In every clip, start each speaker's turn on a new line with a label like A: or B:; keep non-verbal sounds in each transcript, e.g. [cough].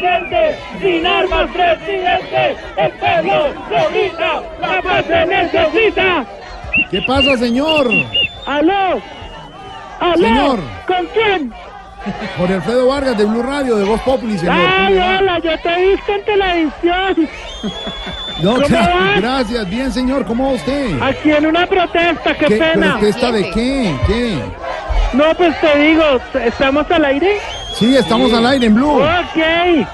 A: gente, sin armas presidente, el pueblo lo grita, la paz se necesita.
B: ¿Qué pasa, señor?
A: Aló, aló,
B: Señor.
A: ¿con quién?
B: Jorge Alfredo Vargas, de Blue Radio, de Voz Populi, señor. ¿Cómo
A: Ay,
B: le va?
A: hola, yo te he visto en televisión,
B: No,
A: ¿Cómo
B: gra-
A: va?
B: gracias, bien, señor, ¿cómo va usted?
A: aquí en una protesta, qué,
B: ¿Qué, pero es
A: pena.
B: que esta de qué? ¿Qué?
A: No, pues te digo, ¿estamos al aire?
B: Sí, estamos al aire en Blue.
A: Ok.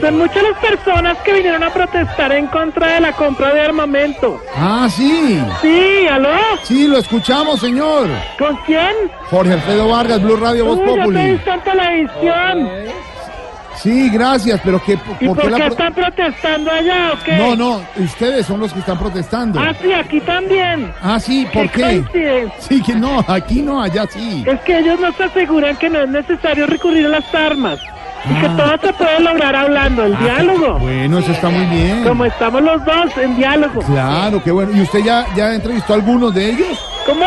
A: Son muchas las personas que vinieron a protestar en contra de la compra de armamento.
B: Ah, sí.
A: Sí, aló,
B: Sí, lo escuchamos, señor.
A: ¿con quién?
B: Jorge Alfredo Vargas, Blue Radio, Voz
A: Uy, yo te he
B: Populi.
A: visto en televisión.
B: Sí, gracias, pero ¿qué,
A: ¿Y por, qué
B: la pro-
A: están protestando allá o qué?
B: No, no, ustedes son los que están protestando.
A: Ah, sí, aquí también.
B: Ah, sí, ¿por qué?
A: coincidencia.
B: Sí, que no, aquí no, allá sí.
A: Es que ellos nos aseguran que no es necesario recurrir a las armas y que
B: Ah.
A: todo se puede lograr hablando, el diálogo.
B: Bueno, eso está muy bien.
A: Como estamos los dos en diálogo.
B: Claro, qué bueno. ¿Y usted ya, ya entrevistó a algunos de ellos?
A: ¿Cómo?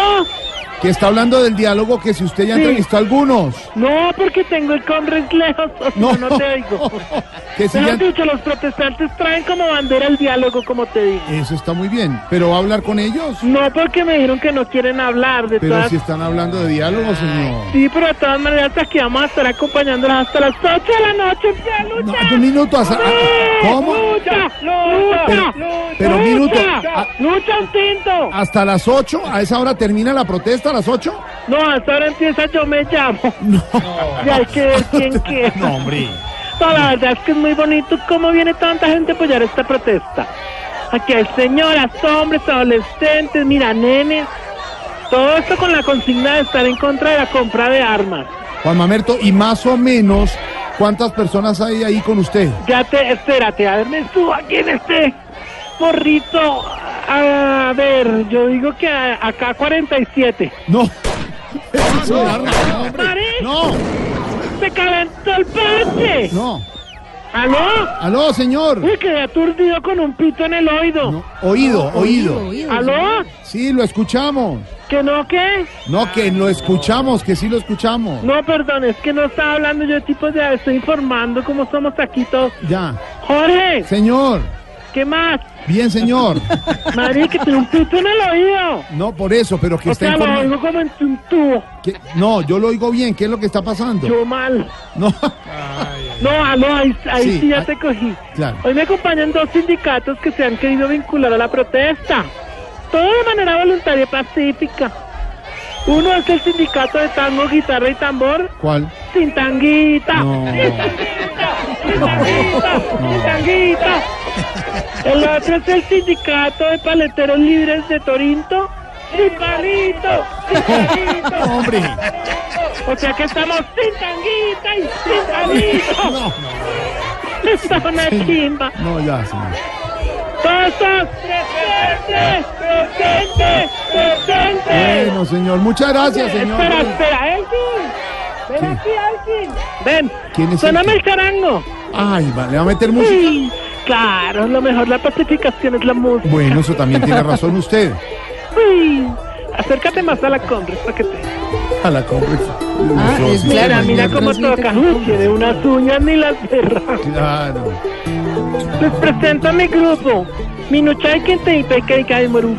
B: Que está hablando del diálogo, que si usted ya
A: Sí.
B: entrevistó a algunos.
A: No, porque tengo el Congress lejos, [laughs] o si no, no te digo.
B: [laughs] que si
A: Mejor
B: ya...
A: dicho, los protestantes traen como bandera el diálogo, como te digo.
B: Eso está muy bien. ¿Pero va a hablar con ellos?
A: No porque me dijeron que no quieren hablar de
B: Pero
A: todas.
B: si están hablando de diálogo, señor.
A: Sí, pero de todas maneras aquí vamos a estar acompañándolas hasta las 8 de la noche. ¡Lucha!
B: No,
A: ¡Lucha!
B: un minuto. hasta- ah, ¿Cómo?
A: ¡Lucha! ¡Lucha!
B: Pero-
A: ¡Lucha!
B: pero un minuto. Ah.
A: ¡Lucha! ¡Lucha un tinto!
B: ¿Hasta las 8? ¿A esa hora termina la protesta? ¿A las 8?
A: No, hasta ahora empieza yo me llamo.
B: No.
A: Y hay que ver
B: [laughs]
A: quién quiere.
B: Ah. No, hombre.
A: No, la verdad es que es muy bonito cómo viene tanta gente a apoyar esta protesta. Aquí hay señoras, hombres, adolescentes, mira, nenes. Todo esto con la consigna de estar en contra de la compra de armas.
B: Juan Mamerto, y más o menos, ¿cuántas personas hay ahí con usted?
A: Ya te, espérate, a ver, me subo aquí en este morrito. A ver, yo digo que a- acá 47.
B: No. [laughs] Eso es un arma, no, hombre.
A: Maris.
B: No,
A: ¡Se calentó el parche!
B: no.
A: ¿Aló?
B: Aló, señor.
A: Uy, quedé aturdido con un pito en el oído.
B: No, oído, oído.
A: ¿Aló?
B: Sí, lo escuchamos.
A: ¿Que no qué?
B: No, que lo escuchamos, que sí lo escuchamos.
A: No, perdón, es que no estaba hablando yo, tipo, ya estoy informando cómo somos aquí todos.
B: Ya.
A: Jorge,
B: Señor.
A: ¿qué más?
B: Bien, señor.
A: Mari, que tiene un pito en el oído.
B: No, por eso, pero que
A: O
B: está
A: sea, lo
B: informado.
A: oigo como en un tubo.
B: Que- No, yo lo oigo bien. ¿Qué es lo que está pasando?
A: Yo mal.
B: [laughs] No.
A: No, aló, ahí, ahí
B: Sí,
A: sí, ya
B: ahí-
A: te cogí.
B: Claro.
A: Hoy me acompañan dos sindicatos que se han querido vincular a la protesta. Todo de manera voluntaria y pacífica. Uno es el sindicato de tango, guitarra y tambor,
B: ¿Cuál?
A: sin tanguita.
B: No.
A: Sin tanguita,
B: [laughs]
A: sin tanguita, sin tanguita. El otro es el sindicato de paleteros libres de Torinto. Sin palito, sin palito.
B: [laughs] No, hombre.
A: O sea que estamos sin tanguita y sin palito.
B: No,
A: Está una chimba.
B: no, ya, señor.
A: Todos presentes, presentes, presentes.
B: Bueno, señor. Muchas gracias, señor.
A: Espera, espera, Elgin. Ven
B: Sí.
A: aquí, Elgin. Ven.
B: ¿Quién es
A: Soname
B: Elgin?
A: el charango.
B: Ay, vale, va a meter música.
A: Uy, claro, lo mejor la pacificación es la música.
B: Bueno, eso también tiene razón usted.
A: Uy, acércate más a la compra para que te.
B: A la conversa.
C: Ah, es
A: Mira,
C: Claro,
A: mira
C: ya
A: cómo
C: transmite
A: toca.
C: con
A: Uy,
C: Congress.
A: tiene unas uñas ni las cerra.
B: Claro.
A: Les presento a mi grupo. Minuchay Kenteita y Kaikai Meru.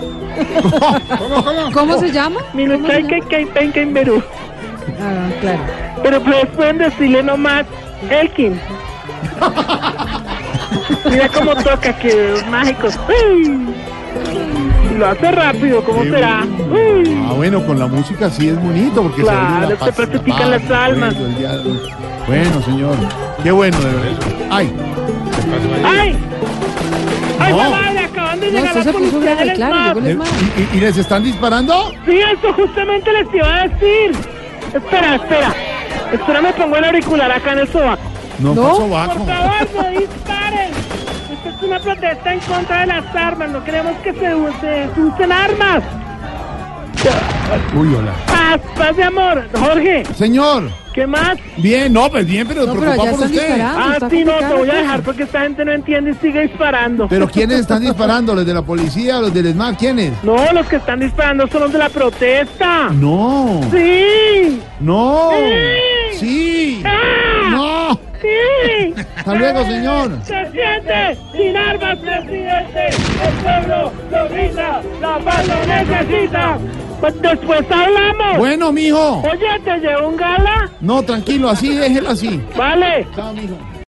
C: ¿Cómo se llama?
A: Minuchay Kaikai Penkai Meru.
C: Ah, claro.
A: Pero pues pueden decirle nomás Elkin. Mira cómo toca, que mágico. Uy. Y lo hace rápido, ¿cómo
B: Qué
A: será? Uy.
B: Ah, bueno, con la música sí es bonito porque
A: Claro,
B: se oye
A: se
B: la paz,
A: pacifican
B: la
A: las almas.
B: el diálogo. Bueno, señor, qué bueno de verdad. Ay,
A: ¡Ay! ¡Ay,
B: No.
A: mamá! Le acaban de
C: No,
A: llegar
C: eso
A: la
C: se puso
A: policía
C: grave,
A: del
C: claro,
A: SMAT.
C: llegó el-
B: eh, ¿y- y, y les están disparando?
A: Sí, eso justamente les iba a decir. Espera, espera. Espera, me pongo el auricular acá en el sobaco.
B: No,
C: No.
B: pasó
A: Por
B: bajo.
A: favor, no disparen. Esta es una protesta en contra de las armas. No queremos que se, u- se usen armas.
B: Uy, hola.
A: Paz, paz de amor. Jorge,
B: Señor,
A: ¿qué más?
B: bien, no, pues bien, pero
C: No, pero
B: preocupado
C: ya
B: por
C: están
B: usted.
C: disparando.
A: Ah,
C: está
A: sí, no, te
C: complicada
A: voy a
C: la
A: dejar porque esta gente no entiende y sigue disparando.
B: Pero ¿quiénes están disparando? ¿Los de la policía? ¿Los del SMAT? ¿Quiénes?
A: No, los que están disparando son los de la protesta.
B: No,
A: Sí,
B: no,
A: Sí.
B: sí,
A: Ah.
B: no.
A: sí. Eh,
B: Hasta luego, señor.
A: ¡Se siente sin armas, presidente! ¡El pueblo lo grita! ¡La paz lo necesita! Pues después hablamos.
B: Bueno, mijo.
A: Oye, ¿te llevo un gala?
B: No, tranquilo, así, déjelo así.
A: Vale.
B: Chao, mijo.